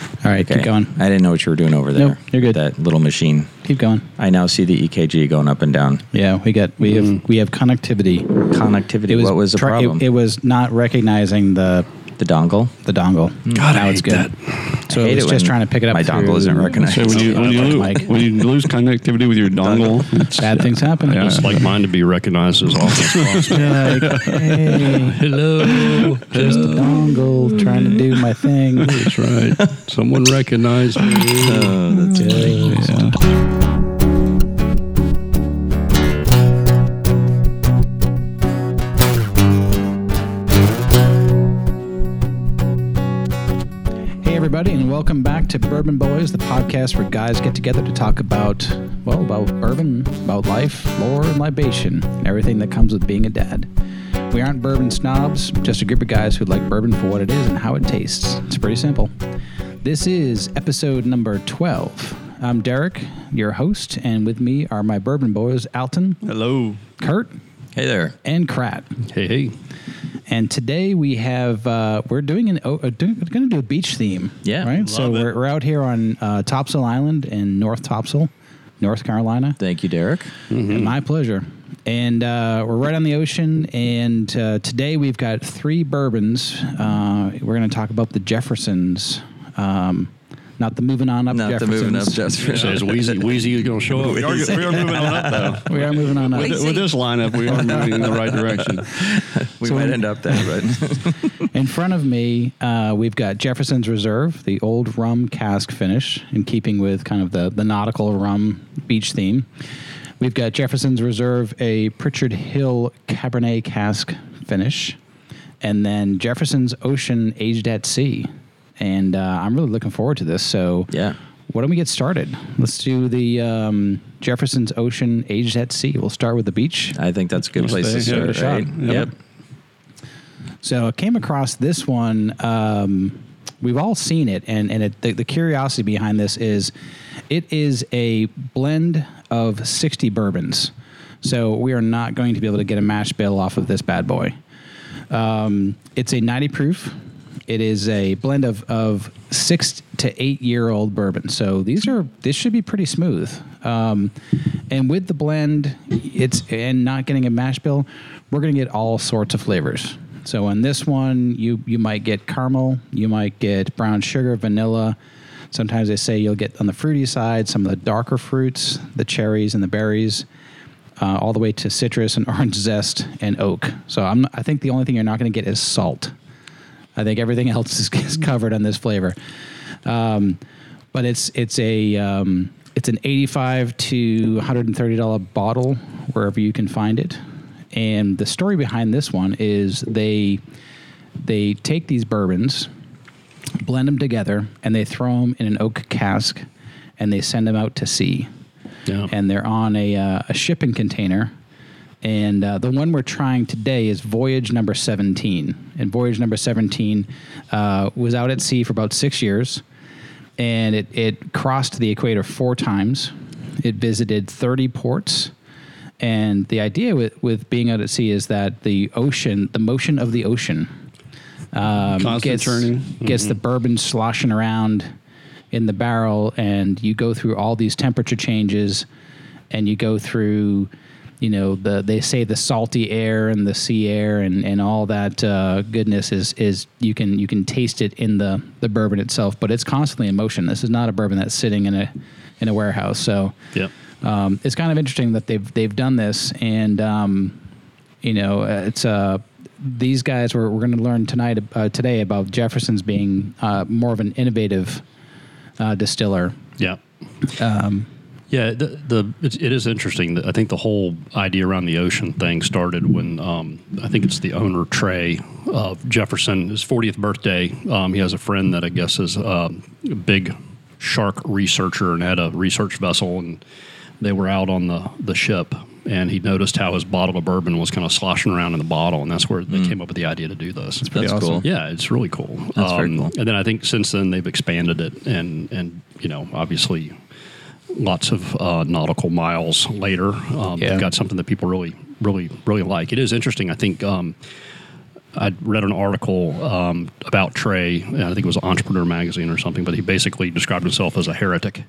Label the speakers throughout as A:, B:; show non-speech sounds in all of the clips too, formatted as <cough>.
A: All right, keep going.
B: I didn't know what you were doing over there.
A: Nope, you're good.
B: That little machine.
A: Keep going.
B: I now see the EKG going up and down.
A: Yeah, we got we have we have connectivity.
B: Connectivity. Mm. what was the
A: try- it-
B: problem?
A: It, was not recognizing the
B: the dongle.
A: the dongle.
C: God, I
A: now it's
C: hate
A: good. So
B: Mm. I
A: it
B: hate
A: was
B: it
A: just
B: when
A: trying to pick it up.
B: my dongle
A: through-
B: isn't recognized.
C: So when you, when, you
A: Mike.
C: lose, <laughs> when you lose connectivity with your dongle, it's-
A: Bad things happen.
C: Yeah.
D: Just like mine to be recognized as often as possible.
A: <laughs>
C: <laughs>
A: You're like, hey,
D: Hello.
A: just a dongle trying to do my
C: <laughs>
A: thing.
D: That's right. Someone recognized me.
A: Yeah. Hey everybody, and welcome back to Bourbon Boys, the podcast where guys get together to talk about, well, about bourbon, about life, lore, and libation, and everything that comes with being a dad. We aren't bourbon snobs, just a group of guys who like bourbon for what it is and how it tastes. It's pretty simple. This is episode number 12. I'm Derek, your host, and with me are my bourbon boys, Alton,
C: hello.
A: Kurt,
B: Hey there.
A: and Krat.
D: Hey, hey.
A: And today we have uh, we're doing an oh, uh, doing, we're going to do a beach theme.
B: Yeah,
A: right.
B: love
A: so we're, we're out here on uh, Topsail Island in North Topsail, North Carolina.
B: Thank you, Derek.
A: And My pleasure. And uh, we're right on the ocean. And uh, today we've got three bourbons. Uh, we're going to talk about the Jeffersons, um, not the moving on up.
B: Not the
A: Jeffersons.
B: moving up just for <laughs>
D: Says Wheezy. Wheezy is going to show
C: We
D: up.
C: are, we are moving on up, though.
A: We are moving on up.
C: With, with this lineup, we are moving in the right direction.
B: We
A: So
B: might
A: when-
B: end up there,
A: <laughs>
B: but <laughs>
A: In front of me, uh, we've got Jefferson's Reserve, the old rum cask finish, in keeping with kind of the, the nautical rum beach theme. We've got Jefferson's Reserve, a Pritchard Hill Cabernet cask finish, and then Jefferson's Ocean Aged at Sea. And uh, I'm really looking forward to this. So,
B: Yeah.
A: why don't we get started? Let's do the um, Jefferson's Ocean Aged at Sea. We'll start with the beach.
B: I think that's a good place to
C: stay here.
B: start,
A: Give it a
B: right?
A: shot.
B: Yep.
A: So I came across this one. Um, we've all seen it, and and it, the, the curiosity behind this is, it is a blend of sixty bourbons. So we are not going to be able to get a mash bill off of this bad boy. Um, it's a ninety proof. It is a blend of, of six to eight year old bourbon. So these are this should be pretty smooth. Um, and with the blend, it's and not getting a mash bill, we're gonna get all sorts of flavors. So on this one, you you might get caramel, you might get brown sugar, vanilla. Sometimes they say you'll get on the fruity side some of the darker fruits, the cherries and the berries uh, all the way to citrus and <laughs> orange zest and oak. So I'm, I think the only thing you're not going to get is salt. I think everything <laughs> else is, is covered on this flavor. Um, but it's it's a um, it's an 85 to 130 dollar bottle wherever you can find it. And the story behind this one is they they take these bourbons, blend them together, and they throw them in an oak cask, and they send them out to sea
D: Yeah.
A: and they're on a, uh, a shipping container. And uh, the one we're trying today is voyage number 17. And voyage number 17 uh, was out at sea for about six years. And it, it crossed the equator four times. It visited 30 ports. And the idea with, with being out at sea is that the ocean, the motion of the ocean, um,
C: Constant
A: gets,
C: turning.
A: gets the bourbon sloshing around in the barrel, and you go through all these temperature changes, and you go through, you know, the they say the salty air and the sea air and, and all that uh, goodness is is you can you can taste it in the the bourbon itself, but it's constantly in motion. This is not a bourbon that's sitting in a in a warehouse, so
D: Yep.
A: um, it's kind of interesting that they've they've done this, and um, you know, uh, it's uh, these guys we're, we're going to learn tonight uh, today about Jefferson's being uh, more of an innovative uh, distiller.
D: Yeah.
B: Um,
D: yeah, the, the it's, it is interesting. that I think the whole idea around the ocean thing started when um, I think it's the owner Trey of Jefferson, his 40th birthday. Um, he has a friend that I guess is um, a big shark researcher and had a research vessel, and they were out on the the ship. And he noticed how his bottle of bourbon was kind of sloshing around in the bottle, and that's where they came up with the idea to do this.
B: That's
A: awesome.
B: cool.
D: Yeah, it's really cool.
B: That's very cool.
D: Um, And then I think since then they've expanded it, and and you know obviously lots of uh, nautical miles later, um,
A: Yeah.
D: they've got something that people really really really like. It is interesting. I think um, I read an article um, about Trey. and I think it was Entrepreneur Magazine or something, but he basically described himself as a heretic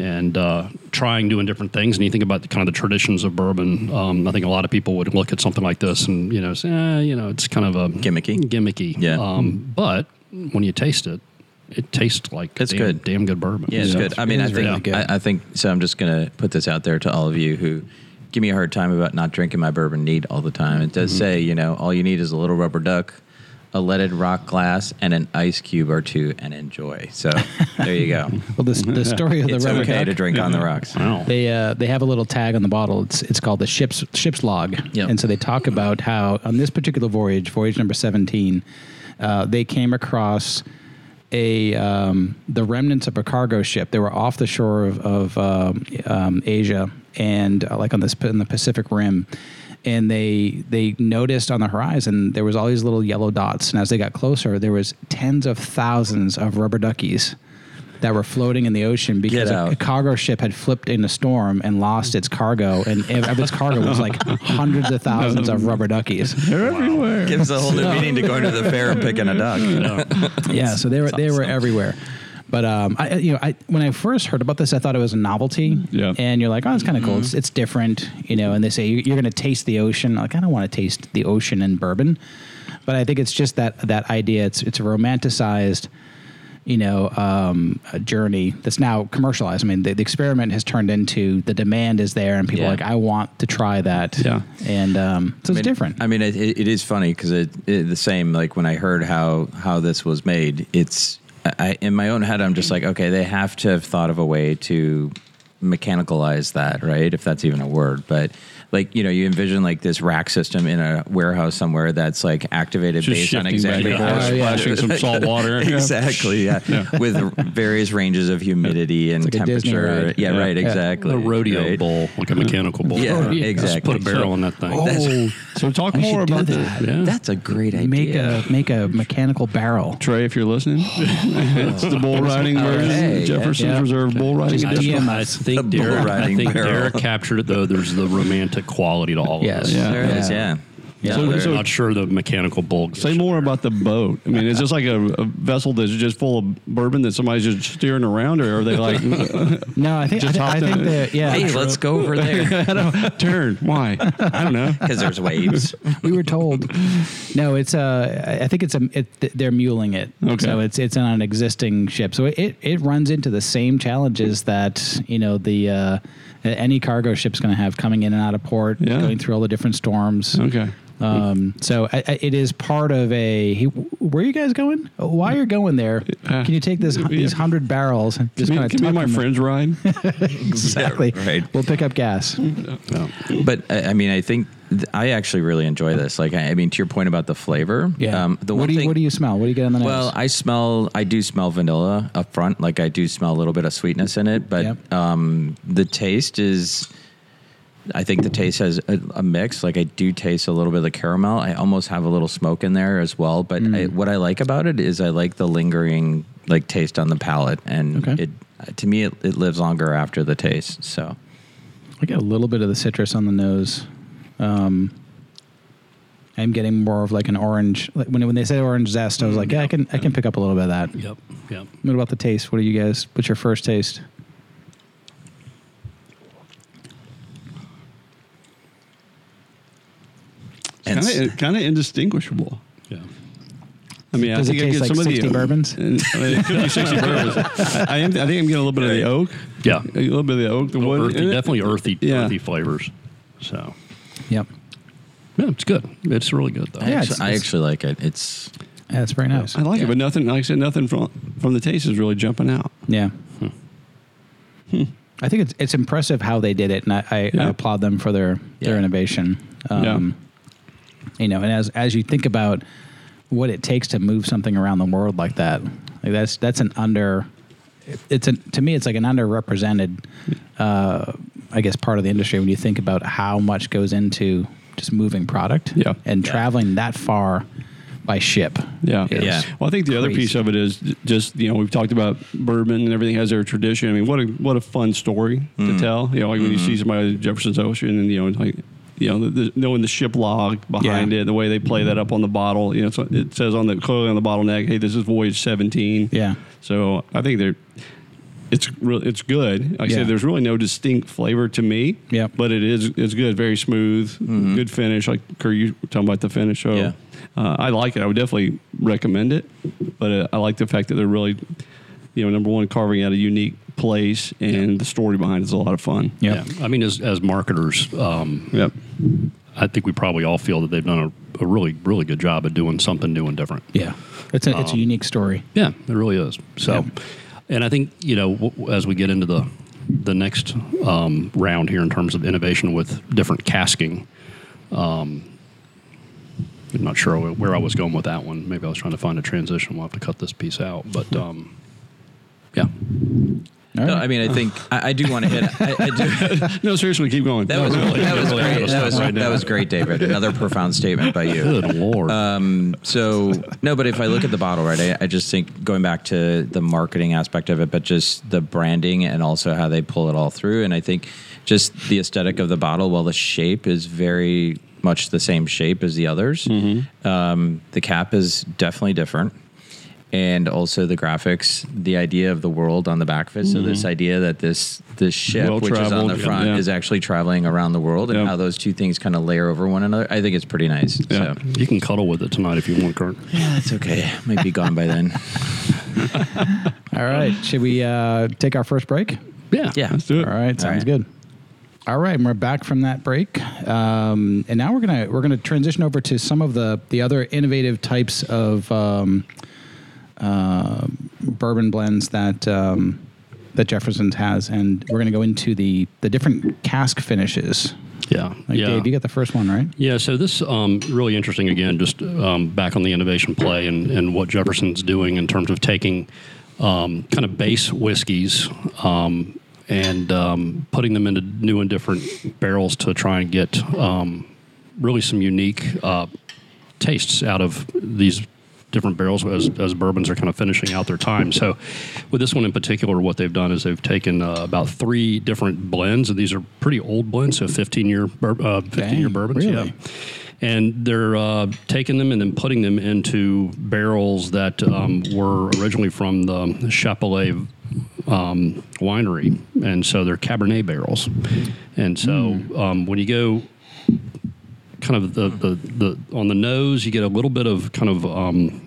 D: and uh, trying doing different things. And you think about the, kind of the traditions of bourbon. Um, I think a lot of people would look at something like this and you know, say, eh, you know, it's kind of a
B: Gimmicky.
D: gimmicky.
B: Yeah.
C: Hmm.
D: Um, but when you taste it, it tastes like
B: It's
D: damn,
B: good.
D: damn good bourbon.
B: Yeah, it's
A: Yeah.
B: good. I mean,
A: It
B: I
A: is
B: think
A: really good.
B: I, I think so. I'm just gonna put this out there to all of you who give me a hard time about not drinking my bourbon neat all the time. It
A: Mm-hmm.
B: does say, you know, all you need is a little rubber duck, a leaded rock glass, and an ice cube or two, and enjoy. So there you go.
A: Well, the,
B: <laughs>
A: the story of <laughs> the
B: it's
A: rubber
B: okay
A: duck,
B: to drink on the rocks.
D: Wow.
A: They uh, they have a little tag on the bottle. It's it's called the ship's ship's log,
B: Yep.
A: and so they talk about how on this particular voyage, voyage number seventeen, uh, they came across a um, the remnants of a cargo ship. They were off the shore of, of um, um, Asia and uh, like on this in the Pacific Rim. And they they noticed on the horizon there was all these little yellow dots, and as they got closer, there was tens of thousands of rubber duckies that were floating in the ocean because a,
B: out.
A: a cargo ship had flipped in a storm and lost its cargo, and ev- of its cargo was like hundreds of thousands of rubber duckies.
C: They're everywhere.
B: Gives a whole new meaning to going to the fair and picking a
A: <laughs>
B: duck.
A: yeah, so they were they were everywhere. But um, I I- you know I when I first heard about this, I thought it was a novelty.
C: Yeah.
A: And you're like, oh, it's kind of
B: Mm-hmm.
A: cool. It's, it's different, you know. And they say you're, you're going to taste the ocean. Like I don't want to taste the ocean and bourbon, but I think it's just that that idea. It's it's a romanticized. You know, um, a journey that's now commercialized. I mean, the, the experiment has turned into the demand is there, and people
B: Yeah.
A: are like, I want to try that.
C: Yeah.
A: And um, so it's
B: mean-
A: different.
B: I mean, it, it, it is funny because it, it- the same. Like when I heard how how this was made, it's I- I, in my own head. I'm just like, okay, they have to have thought of a way to mechanicalize that, right? If that's even a word, but. Like you know, you envision like this rack system in a warehouse somewhere that's like activated
C: Just
B: based on
C: shifting
B: exactly
C: back
B: how
C: and
A: Oh,
C: forth,
A: yeah.
C: splashing some salt water.
B: exactly
C: <laughs>
B: yeah, with various ranges of humidity and
A: It's like a Disney
B: temperature.
A: ride.
B: Yeah,
C: Yeah.
B: right,
A: Yeah.
B: exactly.
D: The rodeo
B: right?
D: bull, like a mechanical bull.
B: Yeah,
D: Right.
B: exactly.
D: <laughs> Just put a barrel on that thing.
C: Oh, so talk
A: We should
C: more
A: do
C: about
A: that.
C: that.
D: Yeah.
B: That's a great idea.
A: make a make a mechanical barrel.
C: Trey, if you're listening, it's the bull riding version,
B: Okay,
C: Jefferson's
A: yeah.
C: Reserve bull riding
D: I,
C: edition.
D: I think
B: bull
D: Derek, I
B: riding
D: think
B: barrel.
D: Derek captured it though. There's the romantic quality to all
A: Yes.
D: of this.
C: Yeah.
B: There it is. Yeah. Yeah,
C: So-
B: there-
D: I'm not sure the mechanical bull.
C: Say more about the boat. I mean, is this like a, a vessel that's just full of bourbon that somebody's just steering around, or are they like, <laughs>
A: No, I think
C: Just
A: I,
C: hopped
A: think- I think
C: in.
A: that yeah.
B: Hey, let's go over there
C: turn? Why? I don't know.
B: because there's waves.
A: we were told. No, it's uh, I think it's a it, th- they're muling it.
C: Okay.
A: So it's it's on an existing ship. So it it runs into the same challenges that you know the uh, any cargo ship's going to have coming in and out of port,
C: Yeah.
A: going through all the different storms.
C: Okay.
A: Um, so I, I, it is part of a. Hey, where are you guys going? Why you're going there?
C: Uh,
A: Can you take this these
C: yeah.
A: hundred barrels and just
C: Can me,
A: kind
C: can me
A: of
C: and my friends ride?
A: exactly?
B: Yeah, right.
A: We'll pick up gas.
B: But uh, I I mean, I think th- I actually really enjoy this. Like, I I mean, to your point about the flavor. um, the
A: what
B: one
A: do you
B: thing,
A: what do you smell? What do you get on the nose?
B: Well, I smell. I do smell vanilla up front. Like I do smell a little bit of sweetness in it, but
A: Yep.
B: um, the taste is. I think the taste has a, a mix. Like I do taste a little bit of the caramel. I almost have a little smoke in there as well. But I,
A: Mm.
B: what I like about it is I like the lingering like taste on the palate, and
A: Okay.
B: it to me it, it lives longer after the taste. So
A: I get a little bit of the citrus on the nose. Um, I'm getting more of like an orange. Like when when they say orange zest, I was like, yeah, I can I can pick up a little bit of that.
D: Yep. Yep.
A: What about the taste? What do you guys? What's your first taste?
B: and s-
C: It's kind of indistinguishable.
D: Yeah.
C: I mean,
A: Does
C: I
A: it
C: think I
A: taste
C: get
A: like
C: some
A: 60
C: of the <laughs>
A: bourbons?
C: I mean, it could be 60 bourbons. I, am, I think I'm getting a little bit of the oak.
D: Yeah.
C: A little bit of the oak, the wood.
D: earthy,
C: and it-
D: definitely earthy,
C: Yeah.
D: earthy flavors. So
A: Yep,
D: yeah, it's good. It's really good though.
B: I,
A: Yeah,
B: actually,
A: it's-
B: I
A: it's-
B: actually like it. It's
A: yeah, that's very nice.
C: I like
B: Yeah.
C: it, but nothing. Like I said, nothing from from the taste is really jumping out.
A: Yeah. I think it's it's impressive how they did it, and I, I, I
C: Hmm. Yeah.
A: applaud them for their their
B: Yeah.
A: innovation. Um, You know, and as as you think about what it takes to move something around the world like that, like that's that's an under. It's an to me, it's like an underrepresented, uh, I guess, part of the industry when you think about how much goes into just moving product
C: Yeah.
A: and
B: Yeah.
A: traveling that far by ship.
C: Yeah.
A: is
B: Yeah.
C: Well, I think the other
A: crazy.
C: piece of it is j- just you know we've talked about bourbon and everything has their
A: Mm-hmm.
C: tradition. I mean, what a what a fun story to tell. You know, like when you see somebody at Jefferson's Ocean and you know like you know, the, the, knowing the ship log behind
A: Yeah. Mm-hmm.
C: it, the way they play that up on the bottle. You know, so it says on the clearly on the bottleneck, "Hey, this is voyage 17."
A: Yeah.
C: So I think they're it's real it's good. Like I
A: Yeah.
C: said, there's really no distinct flavor to me.
A: Yep.
C: But it is it's good, very smooth, good finish. Like Kerr, you were talking about the finish. So
B: Yeah.
C: uh, I like it. I would definitely recommend it. But uh, I like the fact that they're really, you know, number one, carving out a unique place, and the story behind it's a lot of fun.
A: Yep.
D: Yeah. I mean, as, as marketers, um,
C: Yep.
D: I think we probably all feel that they've done a, a really, really good job at doing something new and different.
A: Yeah. It's a,
C: Um,
A: it's a unique story.
D: Yeah, it really is. So, and I think you know w- w- as we get into the the next um, round here in terms of innovation with different casking. Um, I'm not sure wh- where I was going with that one. Maybe I was trying to find a transition. We'll have to cut this piece out, but um, yeah,
A: All
B: No,
A: right.
B: I mean, I think I, I do want to hit. I, I do.
C: No, seriously, keep going.
B: That was that was
D: really
B: great.
D: out of
B: That
D: step
B: was,
D: right
B: that
D: now.
B: was great, David. Another profound statement by you.
D: good lord.
B: Um, so no, but if I look at the bottle, right, I, I just think going back to the marketing aspect of it, but just the branding and also how they pull it all through, and I think just the aesthetic of the bottle. While the shape is very much the same shape as the others,
C: Mm-hmm.
B: um, the cap is definitely different. And also the graphics, the idea of the world on the back of it. So this idea that this this ship, which is on the
C: Well-traveled,
B: front,
C: Mm-hmm. yeah.
B: is actually traveling around the world, and
C: Yeah.
B: how those two things kind of layer over one another. I think it's pretty nice.
C: Yeah.
B: So.
D: you can cuddle with it tonight if you want, Kurt.
B: Yeah, that's okay. Might be gone by then.
A: All right. Should we uh, take our first break?
D: Yeah,
B: Yeah.
C: Let's do
A: All
C: it.
A: right, sounds
B: right.
A: good. All right, and we're back from that break, um, and now we're gonna we're gonna transition over to some of the the other innovative types of um, uh, bourbon blends that um, that Jefferson's has, and we're gonna go into the the different cask finishes.
D: yeah,
A: Like
D: yeah.
A: Dave, you got the first one right.
D: Yeah, so this um, really interesting again, just um, back on the innovation play and, and what Jefferson's doing in terms of taking um, kind of base whiskeys um, and um, putting them into new and different barrels to try and get um, really some unique uh, tastes out of these different barrels as, as bourbons are kind of finishing out their time. So, with this one in particular, what they've done is they've taken uh, about three different blends, and these are pretty old blends, so 15 year bur- uh, 15 year
A: Dang,
D: bourbons.
A: really?
D: Yeah. And they're uh, taking them and then putting them into barrels that um, were originally from the Chapelet um, winery. And so they're Cabernet barrels. And so
A: Hmm.
D: um, when you go kind of the, the, the on the nose, you get a little bit of kind of um,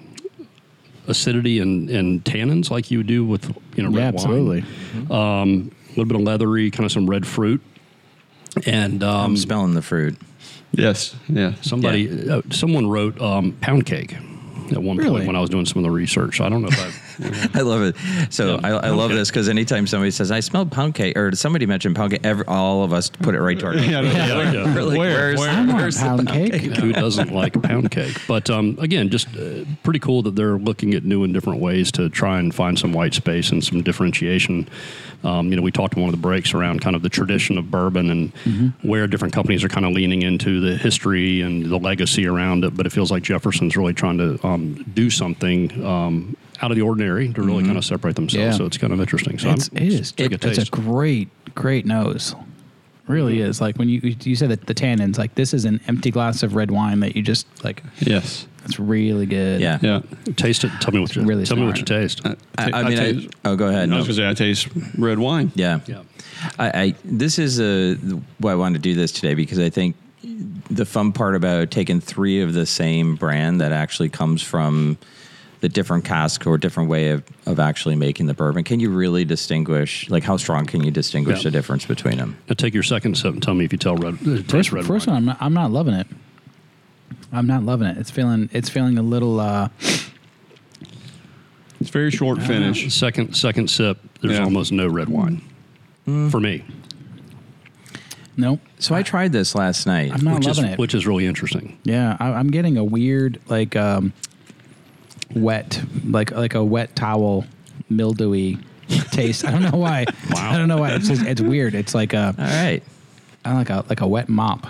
D: acidity and, and tannins like you do with you know red wine. Um, a little bit of leathery, kind of some red fruit, and um,
B: I'm smelling the fruit.
C: <laughs> Yes. Yeah. <laughs>
D: somebody uh, someone wrote um, pound cake at one
A: Really?
D: point when I was doing some of the research. I don't know if I.
B: I love it. So
D: Yeah,
B: I, I love
D: okay.
B: this because anytime somebody says, I smell pound cake, or somebody mentioned pound cake, every, all of us put it right to our nose.
C: Yeah, <laughs> yeah,
D: yeah, yeah.
B: We're like,
C: Where?
B: where's-
C: Where?
A: I want
B: where's the
A: pound cake.
D: Who doesn't
A: <laughs>
D: like pound cake? But um, again, just uh, pretty cool that they're looking at new and different ways to try and find some white space and some differentiation. Um, you know, we talked in one of the breaks around kind of the tradition of bourbon and
A: Mm-hmm.
D: where different companies are kind of leaning into the history and the legacy around it. But it feels like Jefferson's really trying to um, do something. Um, out of the ordinary to really kind of separate themselves,
A: Mm-hmm. Yeah.
D: so it's kind of interesting. So
A: It's,
D: I'm-
A: it is.
D: take a
A: it's a
D: taste. Mm-hmm.
A: great, great nose. Really is. Like when you you said that the tannins, like this is an empty glass of red wine that you just like.
C: Yes.
A: That's really good.
B: Yeah.
C: Yeah.
D: Taste it. Tell me what you
A: really
D: tell me what you
A: smart.
D: taste.
B: I, I mean, I,
C: taste-
B: oh, go ahead.
C: I
B: No.
C: was gonna say I taste red wine.
B: Yeah.
D: Yeah.
B: I, I this is a why I wanted to do this today because I think the fun part about taking three of the same brand that actually comes from the different cask or different way of, of actually making the bourbon, can you really distinguish? Like, how strong can you distinguish
D: Yeah.
B: the difference between them?
D: Now take your second sip and tell me if you tell red. uh, taste
A: First,
D: red
A: first
D: wine.
A: one, I'm not, I'm not loving it. I'm not loving it. It's feeling it's feeling a little. uh
C: It's very short finish.
D: Second second sip, there's
C: Yeah.
D: almost no red wine
A: Mm.
D: for me,
A: Nope.
B: So I tried this last night.
A: I'm not
D: which is
A: loving it.
D: which is really interesting.
A: yeah, I, I'm getting a weird like um wet like like a wet towel mildewy taste. I don't know
D: <laughs>
A: why. I don't know why. It's just, it's weird. It's like a
B: All right.
A: <laughs> I like a like a wet mop.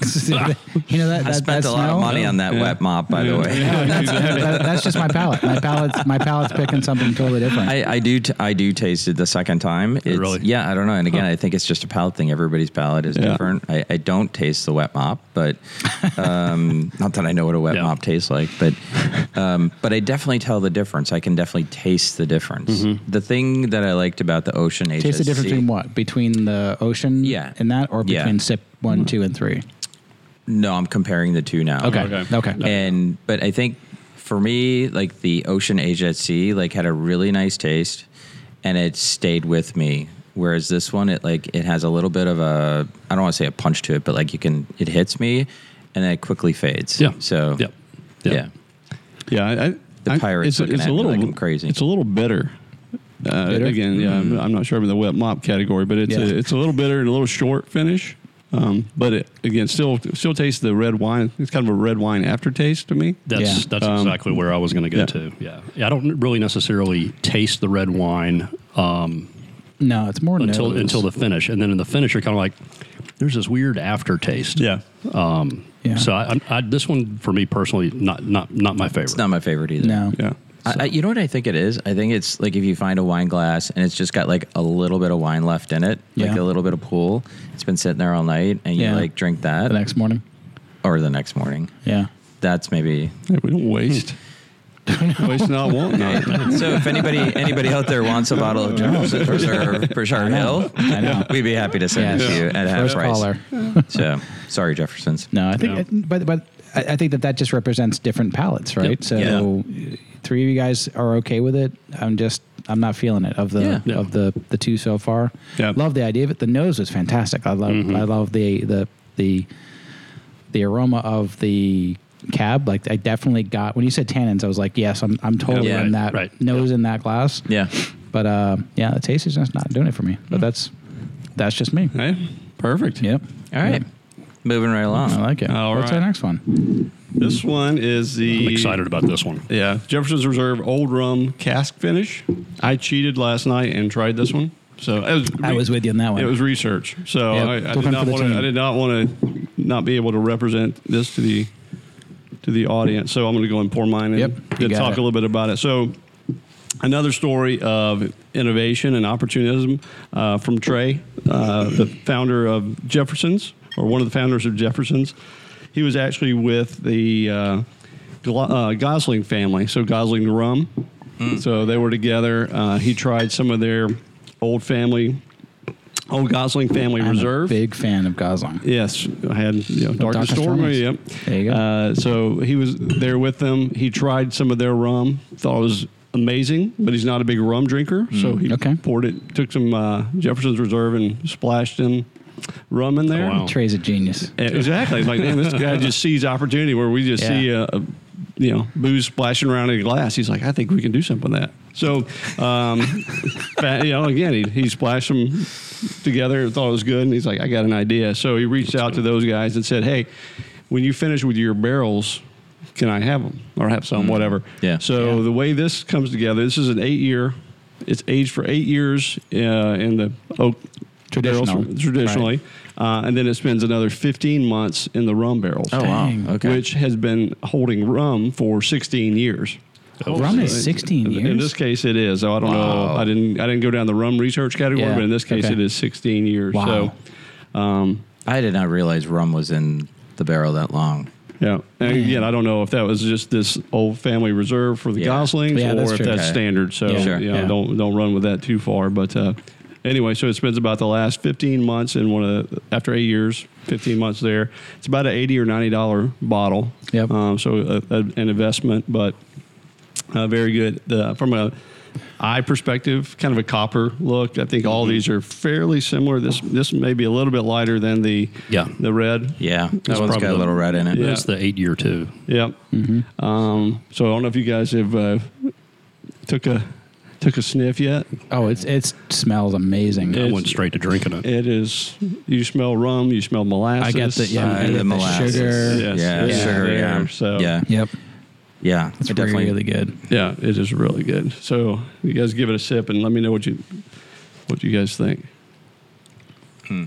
A: That's you know that,
B: I
A: that
B: spent
A: that's
B: a lot of
A: no-
B: money on that wet mop, by the <laughs> way.
A: That- that's just my palate. My palate's my palate's picking something totally different.
B: I, I do t- I do taste it the second time. It's,
D: really?
B: Yeah, I don't know. And again, I think it's just a palate thing. Everybody's palate is
C: Yeah.
B: different. I, I don't taste the wet mop, but um, not that I know what a wet
D: Yeah.
B: mop tastes like, but um, but I definitely tell the difference. I can definitely taste the difference. The thing that I liked about the ocean HSC,
A: Taste the difference between what between the ocean,
B: Yeah.
A: and that, or
B: Yeah.
A: between sip one, two, and three.
B: No, I'm comparing the two now.
A: Okay, okay.
C: Okay.
D: <laughs>
B: and but I think for me, like the Ocean Asia at Sea, like had a really nice taste, and it stayed with me. Whereas this one, it like it has a little bit of a I don't want to say a punch to it, but like you can it hits me, and then it quickly fades.
D: Yeah.
B: So
D: Yep.
B: Yeah.
D: Yep.
C: <laughs> Yeah, I, I,
B: The
C: I-
B: pirates
C: It's, a-
B: looking
C: it's
B: at
C: a
B: me
C: little
B: like I'm crazy. Mm-hmm.
C: It's a little bitter. Uh,
A: Bitter?
C: Again, yeah, I'm, I'm not sure I'm in the wet mop category, but it's
A: Yeah.
C: a, it's a little bitter and a little short finish. Um, but it, again, still still tastes the red wine. It's kind of a red wine aftertaste to me.
D: That's
A: Yeah.
D: that's exactly where I was going to go
C: yeah.
D: to. Yeah. yeah, I don't really necessarily taste the red wine um,
A: No, it's more
D: until
A: nose.
D: until the finish, and then in the finish, you're kind of like, there's this weird aftertaste.
C: Yeah,
A: yeah.
D: So I, I, I, this one for me personally, not not not my favorite.
B: it's not my favorite either.
A: no,
C: yeah,
B: I, I, you know what I think it is? I think it's like if you find a wine glass and it's just got like a little bit of wine left in it, like
A: Yeah.
B: a little bit of pool. It's been sitting there all night, and you
A: Yeah.
B: like drink that,
A: the next morning.
B: or the next morning.
A: Yeah,
B: That's maybe
C: Yeah, we
B: <laughs>
C: don't waste. waste not, want not.
B: So if anybody anybody out there wants a bottle of
A: <laughs>
B: Jefferson Preserve Preserve Hill,
A: I know.
B: we'd be happy to send it to you at half
A: First
B: price.
A: caller.
B: So sorry, Jeffersons.
A: No, I think, but but I I think that that just represents different palettes, right?
D: Yep.
A: So, three of you guys are okay with it. I'm just, I'm not feeling it of the
B: Yeah.
D: Yeah.
A: of the the two so far.
C: Yeah.
A: Love the idea of it. The nose was fantastic. I love, I love the the the the aroma of the cab. Like I definitely got when you said tannins, I was like, yes, I'm I'm totally
B: Yeah,
A: in
D: right,
A: that
D: right.
A: nose in that glass.
B: Yeah.
A: But uh, yeah, the taste is just not doing it for me. But that's that's just me.
C: Hey, perfect.
A: Yep.
B: All right. Moving right along.
A: I like it.
C: All
A: What's our
C: right.
A: next one?
C: This one is the.
D: I'm excited about this one.
C: Yeah, Jefferson's Reserve Old Rum Cask Finish. I cheated last night and tried this one, so it was
A: I was with you on that one.
C: It was research, so
A: Yep.
C: I, I
A: Took
C: did
A: one for
C: not
A: the
C: want to.
A: team.
C: I did not want to not be able to represent this to the to the audience. So I'm going to go and pour mine in
A: Yep, you
C: and
A: got
C: talk
A: it.
C: a little bit about it. So another story of innovation and opportunism uh, from Trey, uh, the founder of Jefferson's, or one of the founders of Jefferson's. He was actually with the uh, Glo- uh, Gosling family, so Gosling Rum. So they were together. Uh, he tried some of their old family, old Gosling family
A: I'm a
C: reserve.
A: big fan of Gosling.
C: Yes, I had you know, Dark and
A: Darkest Stormies.
C: Stormy. Yep.
A: There you go.
C: Uh, so he was there with them. He tried some of their rum, thought it was amazing, but he's not a big rum drinker. So he
A: Mm, okay.
C: poured it, took some uh, Jefferson's Reserve and splashed in rum in
A: Oh,
C: there.
D: wow.
A: Trey's a genius.
C: Yeah, Exactly. It's like, man, this guy just sees opportunity where we just
A: Yeah.
C: see a, a you know booze splashing around in a glass. He's like, I think we can do something with that. So, um, <laughs> fa- you know, again, he, he splashed them together and thought it was good. And he's like, I got an idea. So he reached out to those guys and said, Hey, when you finish with your barrels, can I have them or have some, whatever?
B: Yeah.
C: So
A: Mm-hmm. Yeah.
C: the way this comes together, this is an eight year. It's aged for eight years uh, in the oak barrels,
A: Traditional.
C: traditionally, uh, and then it spends another 15 months in the rum barrels,
B: Oh
A: Dang.
B: wow. Okay.
C: which has been holding rum for 16 years. Uh,
A: Rum is 16
C: In-
A: years.
C: In this case, it is. So I don't know.
B: Wow.
C: I didn't. I didn't go down the rum research category,
A: Yeah.
C: but in this case,
A: Okay.
C: it is 16 years.
A: Wow.
C: So, um,
B: I did not realize rum was in the barrel that long.
C: yeah. And
A: Man.
C: again, I don't know if that was just this old family reserve for the
B: Yeah.
C: Goslings,
A: Yeah,
C: or
A: that's
C: if
A: true.
C: that's
B: Okay.
C: standard. So
A: Yeah. Sure.
C: you know,
A: Yeah.
C: don't don't run with that too far. But uh, anyway, so it spends about the last 15 months in one of the, after eight years, 15 months there. It's about an 80 or 90 dollar bottle.
A: Yep.
C: Um, so a, a, an investment, but uh, very good. The, from a eye perspective, kind of a copper look. I think all
A: Mm-hmm.
C: these are fairly similar. This this may be a little bit lighter than the
D: Yeah.
C: the red.
B: Yeah. That
D: It's
B: one's got a
D: probably-
B: little red in it.
C: Yeah.
D: That's the eight year too.
C: Yep.
A: Mm-hmm.
C: Um, so I don't know if you guys have uh, took a took a sniff yet.
A: oh, it's it smells amazing.
D: I
C: It's-
D: went straight to drinking it.
C: It is. You smell rum. You smell molasses.
A: I get the yeah,
B: Uh,
A: I get
B: the molasses.
A: sugar.
C: Yes.
B: Yeah,
C: Yeah.
B: sugar. Yeah.
C: There, so-
B: Yeah.
A: Yep,
B: Yeah.
A: it's
B: I
A: really, really good.
C: Yeah, it is really good. So you guys give it a sip and let me know what you what you guys think.
A: I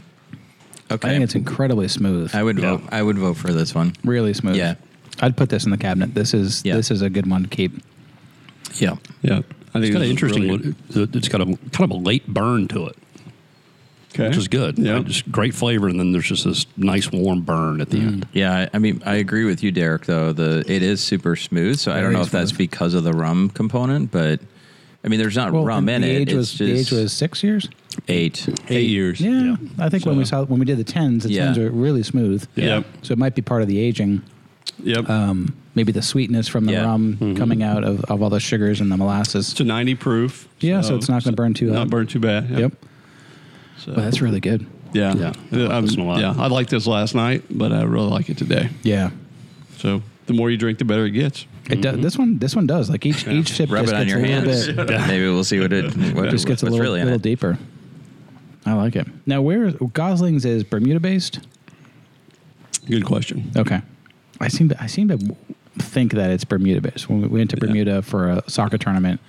B: Okay.
A: think it's incredibly smooth.
B: I would
D: Yeah.
B: vote. I would vote for this one.
A: really smooth.
B: Yeah.
A: I'd put this in the cabinet. This is
B: Yeah.
A: this is a good one to keep.
B: Yeah.
C: Yeah, I think
D: It's got
C: this
D: an
C: is
D: interesting.
C: brilliant.
D: look- It's got a kind of a late burn to it,
C: okay.
D: which is good.
C: Yeah,
D: Right? Just great flavor, and then there's just this nice warm burn at
C: Mm.
D: the end.
B: Yeah, I- I mean, I agree with you, Derek. Though the it is super smooth, so I don't
A: Very
B: know if that's
A: smooth.
B: because of the rum component, but I mean, there's not rum in
A: and the
B: it.
A: Age
B: it's
A: was, the age
B: just
A: was six years.
B: eight.
C: eight years.
A: Yeah, I think when we saw when we did the tens, the
B: Yeah.
A: tens are really smooth.
C: Yep.
A: So it might be part of the aging.
C: Yep.
A: Um, maybe the sweetness from the
B: Yeah.
A: rum coming out of, of all the sugars and the molasses.
C: it's a 90 proof.
A: Yeah, so it's not gonna burn too
C: Not
A: hot.
C: burn too bad. yeah.
A: Yep.
C: So,
A: Well, that's really good.
C: yeah.
D: Yeah, I like
C: I'm-
D: this one a lot.
C: yeah. I liked this last night, but I really like it today.
A: Yeah.
C: So the more you drink, the better it gets.
A: It does, this one this one does. Like each each sip
B: Mm-hmm. Rub
A: just
B: it on
A: gets
B: your
A: a little
B: hands.
A: bit
B: <laughs> Maybe we'll see what it
A: <laughs>
B: what,
A: just gets a
B: what's
A: little,
B: really in
A: little
B: it.
A: deeper. I like it. Now where Gosling's is Bermuda based?
C: Good question.
A: Okay. I seem to I seem to think that it's Bermuda based. When we went to Bermuda for a soccer tournament,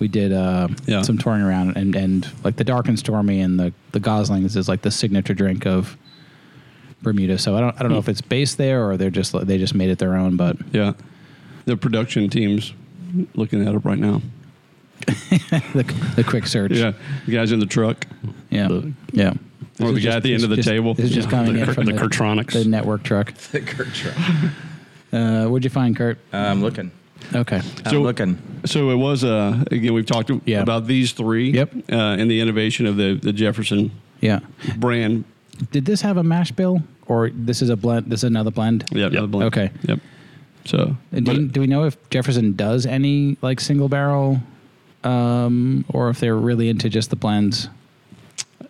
A: we did uh,
C: Yeah.
A: some touring around and, and like the dark and stormy and the the Goslings is like the signature drink of Bermuda. So I don't I don't know
B: Mm.
A: if it's based there or they're just they just made it their own. But
C: Yeah. The production team's looking at it right now.
A: the, the quick search,
C: Yeah. The guys in the truck.
A: yeah,
D: The-
A: yeah.
C: Or the
A: This is
C: guy at the end
A: this
C: of the
A: just-
C: table.
A: This is just coming
D: the
A: in
D: Cur-
A: from
D: the
A: the,
D: Curtronics.
A: the network truck.
B: The <laughs> Gertrude.
A: Uh, what'd you find, Kurt?
B: Uh, I'm looking.
A: Okay,
B: I'm
C: So-
B: looking.
C: So it was, uh, again, we've talked
A: Yeah.
C: about these three
A: Yep.
C: uh, and the innovation of the, the Jefferson
A: yeah.
C: brand.
A: Did this have a mash bill or this is a blend? This is another blend.
C: Yep.
D: Yep.
C: the blend.
A: Okay.
C: Yep. So,
A: And Do,
C: but-
A: you- do we know if Jefferson does any like single barrel, um, or if they're really into just the blends?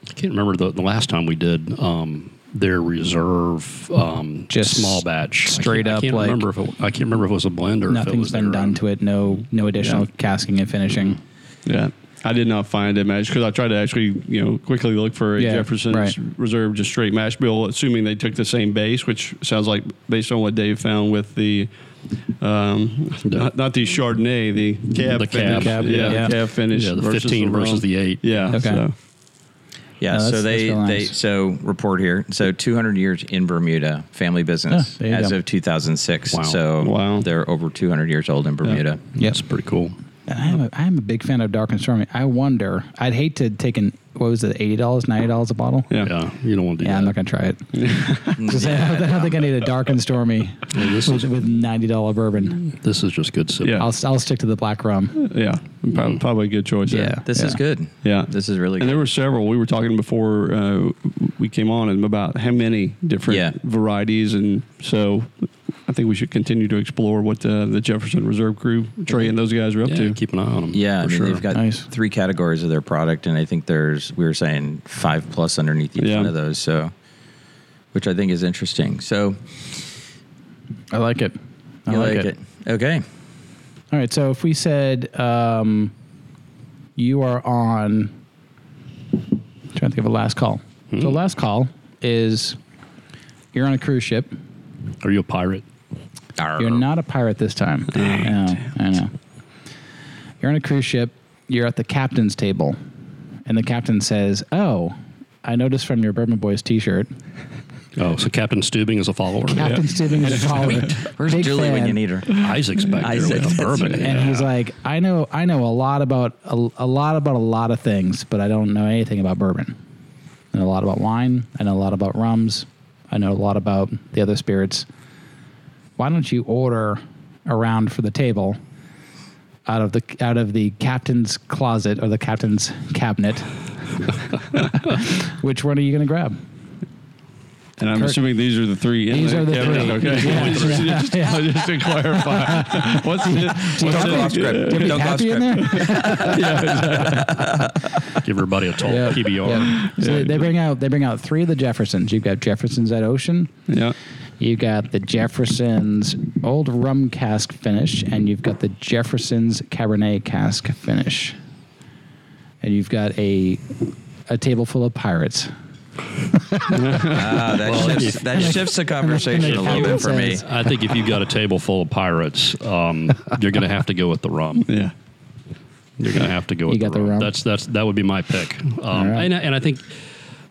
D: I can't remember the, the last time we did um, their reserve, um,
A: Just
D: just small batch, I can't-
A: straight
D: I
A: up,
D: can't
A: like-
D: remember if it, I can't remember if it was a blend or if it
A: Nothing's
D: was
A: been done to it. No, no additional
C: Yeah. Mm-hmm.
A: casking and finishing.
C: Yeah. I did not find a match because I tried to actually, you know, quickly look for a
A: Yeah,
C: Jefferson's
A: right.
C: Reserve just straight mash bill, assuming they took the same base, which sounds like based on what Dave found with the, um, not, not the Chardonnay, the cab
D: The
C: finish.
D: cab,
A: Cab,
C: yeah,
A: yeah.
C: cab finish.
D: Yeah, the
C: versus
D: 15
C: Ron.
D: versus the 8.
C: Yeah.
A: Okay.
C: so-
B: Yeah,
A: No, that's- that's
B: so they,
A: real
B: they
A: nice.
B: so report here. So 200 years in Bermuda, family business
A: Ah, there you
B: as
A: go.
B: of 2006.
D: Wow.
B: So
C: Wow.
B: they're over 200 years old in Bermuda.
A: Yep.
D: That's pretty cool.
A: And I'm a, I'm a big fan of Dark and Stormy. I wonder. I'd hate to take an what was it, eighty dollars, ninety dollars a bottle.
C: Yeah.
D: Yeah, you don't want to do
A: Yeah,
D: that.
A: I'm not gonna try it. 'Cause I, don't, I don't think I need a dark and stormy
D: Yeah, this
A: with,
D: is
A: with ninety dollar bourbon.
D: this is just good sip.
C: Yeah.
A: I'll I'll stick to the black rum.
C: Yeah.
D: Mm.
C: Probably, probably a good choice. there.
A: Yeah.
B: This is good.
C: Yeah.
B: This is really
C: And there
B: good.
C: were several. We were talking before uh, we came on and about how many different
B: Yeah.
C: varieties, and so I think we should continue to explore what uh, the Jefferson Reserve crew, Trey, and those guys are up
D: Yeah,
C: to.
D: keep an eye on them.
B: Yeah, I
D: for
B: mean,
D: sure.
B: they've got
A: Nice.
B: three categories of their product, and I think there's we were saying five plus underneath each
C: Yeah.
B: one of those. So, which I think is interesting. So
A: I like it. I
B: you like, it. Okay.
A: All right. So if we said um, you are on, I'm trying to think of a last call. So last call is you're on a cruise ship.
D: Are you a pirate?
A: You're not a pirate this
B: Oh,
A: time. I know. I know. You're on a cruise ship. You're at the captain's table, and the captain says, "Oh, I noticed from your Bourbon Boys T-shirt,
D: Oh, so Captain Stubing is a follower.
A: Captain Steven
B: <laughs>
A: is calling.
B: Where's
A: Big
B: Julie when
A: fan.
B: you need her?
D: Isaac's back
B: Isaac,
D: there with
B: that's
D: a bourbon.
B: right.
A: <laughs> And he's like, "I know, I know a lot about a, a lot about a lot of things, but I don't know anything about bourbon. I know a lot about wine. I know a lot about rums. I know a lot about the other spirits. Why don't you order around for the table?" Out of the out of the captain's closet or the captain's cabinet, <laughs> which one are you going to grab?
C: And I'm
A: Kirk.
C: assuming these are the three. In
A: These
C: there,
A: are the
C: Kevin.
A: three.
C: Okay.
A: Yeah.
C: just, just- <laughs> just to clarify, <laughs> what's the, what's
A: Don't
C: the-
A: go
B: off script. Don't go off
A: happy in
B: script.
A: there?
D: Give everybody a tall
A: Yeah.
D: PBR.
A: Yeah. So
C: Yeah.
A: they- they bring out they bring out three of the Jeffersons. You've got Jeffersons at Ocean,
C: Yeah.
A: you've got the Jeffersons Old Rum Cask finish, and you've got the Jeffersons Cabernet Cask finish, and you've got a a table full of pirates.
B: Ah, that shifts, that shifts the conversation a little bit for me.
A: says-
D: I think if you've got a table full of pirates, um, you're going to have to go with the rum.
C: Yeah.
D: You're going to have to go with
A: got
D: the,
A: the
D: rum.
A: rum?
D: That's that's that would be my pick. Um,
A: right.
D: and, I- and I think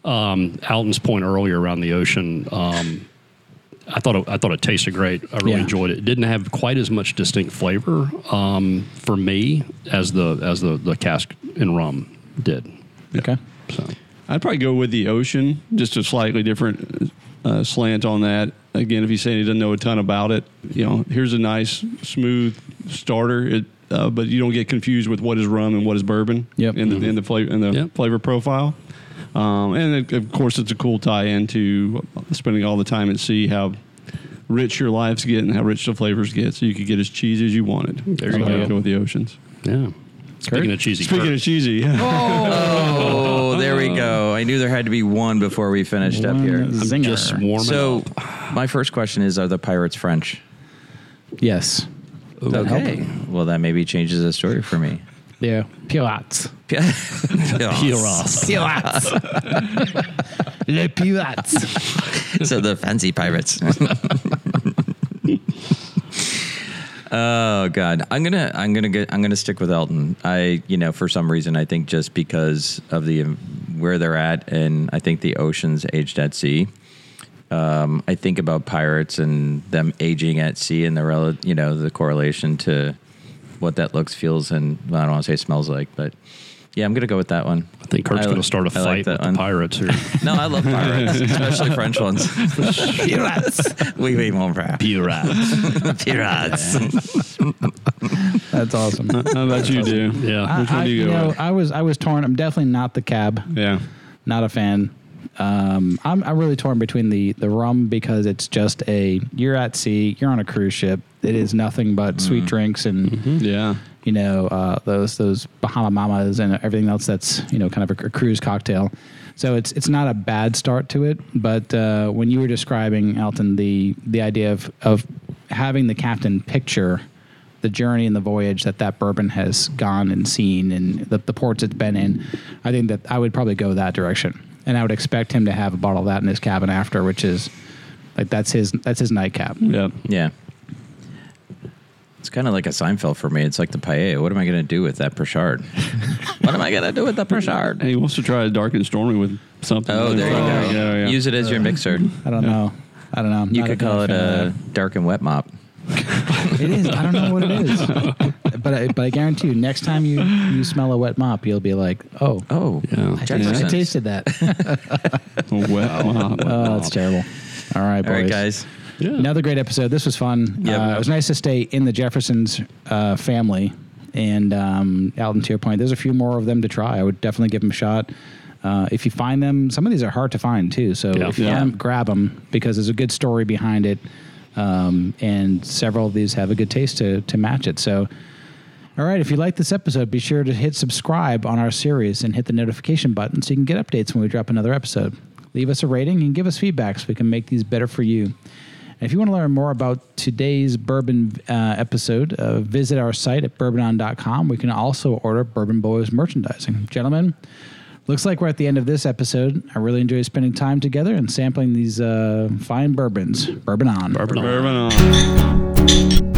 D: um, Alton's point earlier around the ocean. Um, I thought it, I thought it tasted great. I really
A: Yeah.
D: enjoyed it. It didn't have quite as much distinct flavor um, for me as the as the, the cask and rum did.
A: Okay.
D: So
C: I'd probably go with the ocean, just a slightly different uh, slant on that. Again, if he's saying he doesn't know a ton about it, you know, here's a nice, smooth starter. It, uh, but you don't get confused with what is rum and what is bourbon
A: Yep.
C: in, the, in the flavor in the
D: Yep.
C: flavor profile. Um, and it, of course, it's a cool tie-in to spending all the time at sea. How rich your lives get and how rich the flavors get, so you could get as cheesy as you wanted.
D: There you
C: So I'd
D: go.
C: Go with the oceans.
D: yeah. Speaking
A: Kurt?
D: of cheesy,
C: Speaking
D: Kurt,
C: of cheesy, <laughs> yeah.
B: Oh, there we go. I knew there had to be one before we finished up here.
A: One
D: I'm just
A: zinger.
D: warming
B: So,
D: up.
B: my first question is: Are the pirates French?
A: Yes.
B: Okay. Well, that maybe changes the story for me. <laughs>
A: Yeah. Pirates.
D: Pirates.
A: <laughs> Pirates. Le pirates.
B: <laughs> so the fancy
D: <laughs>
B: pirates. oh god, I'm gonna I'm gonna get I'm gonna stick with Elton. I you know for some reason I think just because of the where they're at and I think the oceans aged at sea. Um, I think about pirates and them aging at sea and the rel- you know the correlation to what that looks, feels, and well, I don't want to say smells like, but yeah, I'm gonna go with that one.
D: I think Kurt's
B: I-
D: going to start a
B: I like
D: fight
B: that
D: with
B: one.
D: the
A: <laughs>
D: pirates here.
B: No, I love pirates, especially French ones.
A: Pirates.
B: we be more
D: pirates.
B: <laughs> pirates.
A: That's awesome.
C: How about you, do?
D: Yeah.
C: Which one
A: I,
C: do you
A: you
C: go
A: know,
C: with?
A: I was I was torn. I'm definitely not the cab.
C: Yeah.
A: not a fan. Um, I'm, I'm really torn between the the rum because it's just a you're at sea, you're on a cruise ship. It is nothing but sweet drinks and
C: Yeah.
A: you know uh, those those Bahama Mamas and everything else that's you know kind of a, a cruise cocktail. So it's it's not a bad start to it. But uh, when you were describing Elton the the idea of of having the captain picture the journey and the voyage that that bourbon has gone and seen and the, the ports it's been in, I think that I would probably go that direction. And I would expect him to have a bottle of that in his cabin after, which is like that's his that's his nightcap.
C: Yeah.
B: Yeah. It's kind of like a Seinfeld for me. It's like the paella. What am I going to do with that Prashard? what am I going to do with the
C: And
B: Prashard?
C: he wants to try dark and stormy with something.
B: Oh, there you go.
C: Yeah, yeah.
B: Use it as your mixer.
A: I don't know. I don't know. I'm
B: You
A: not
B: could
A: big
B: call it
A: fan of that.
B: a dark and wet mop.
A: It is. I don't know what it is. but I, but I guarantee you, next time you, you smell a wet mop, you'll be like, oh,
B: Oh,
C: Yeah.
A: I, tasted, I
B: Jefferson's.
A: tasted that.
C: Oh,
B: Uh,
C: wow.
A: oh, that's terrible. All right, boys.
B: All right, guys.
D: Yeah.
A: Another great episode. This was fun.
B: Yep.
A: Uh, it was nice to stay in the Jeffersons uh, family. And um, Alton, to your point, there's a few more of them to try. I would definitely give them a shot. Uh, if you find them, some of these are hard to find too. So
D: Yeah.
A: if you
C: Yeah.
A: find them, grab them because there's a good story behind it. Um, and several of these have a good taste to, to match it. So, all right, if you like this episode, be sure to hit subscribe on our series and hit the notification button so you can get updates when we drop another episode. Leave us a rating and give us feedback so we can make these better for you. And if you want to learn more about today's bourbon uh, episode, uh, visit our site at bourbonon.com. We can also order Bourbon Boys merchandising. Gentlemen, looks like we're at the end of this episode. I really enjoy spending time together and sampling these uh, fine bourbons. Bourbon on.
C: Bourbon on.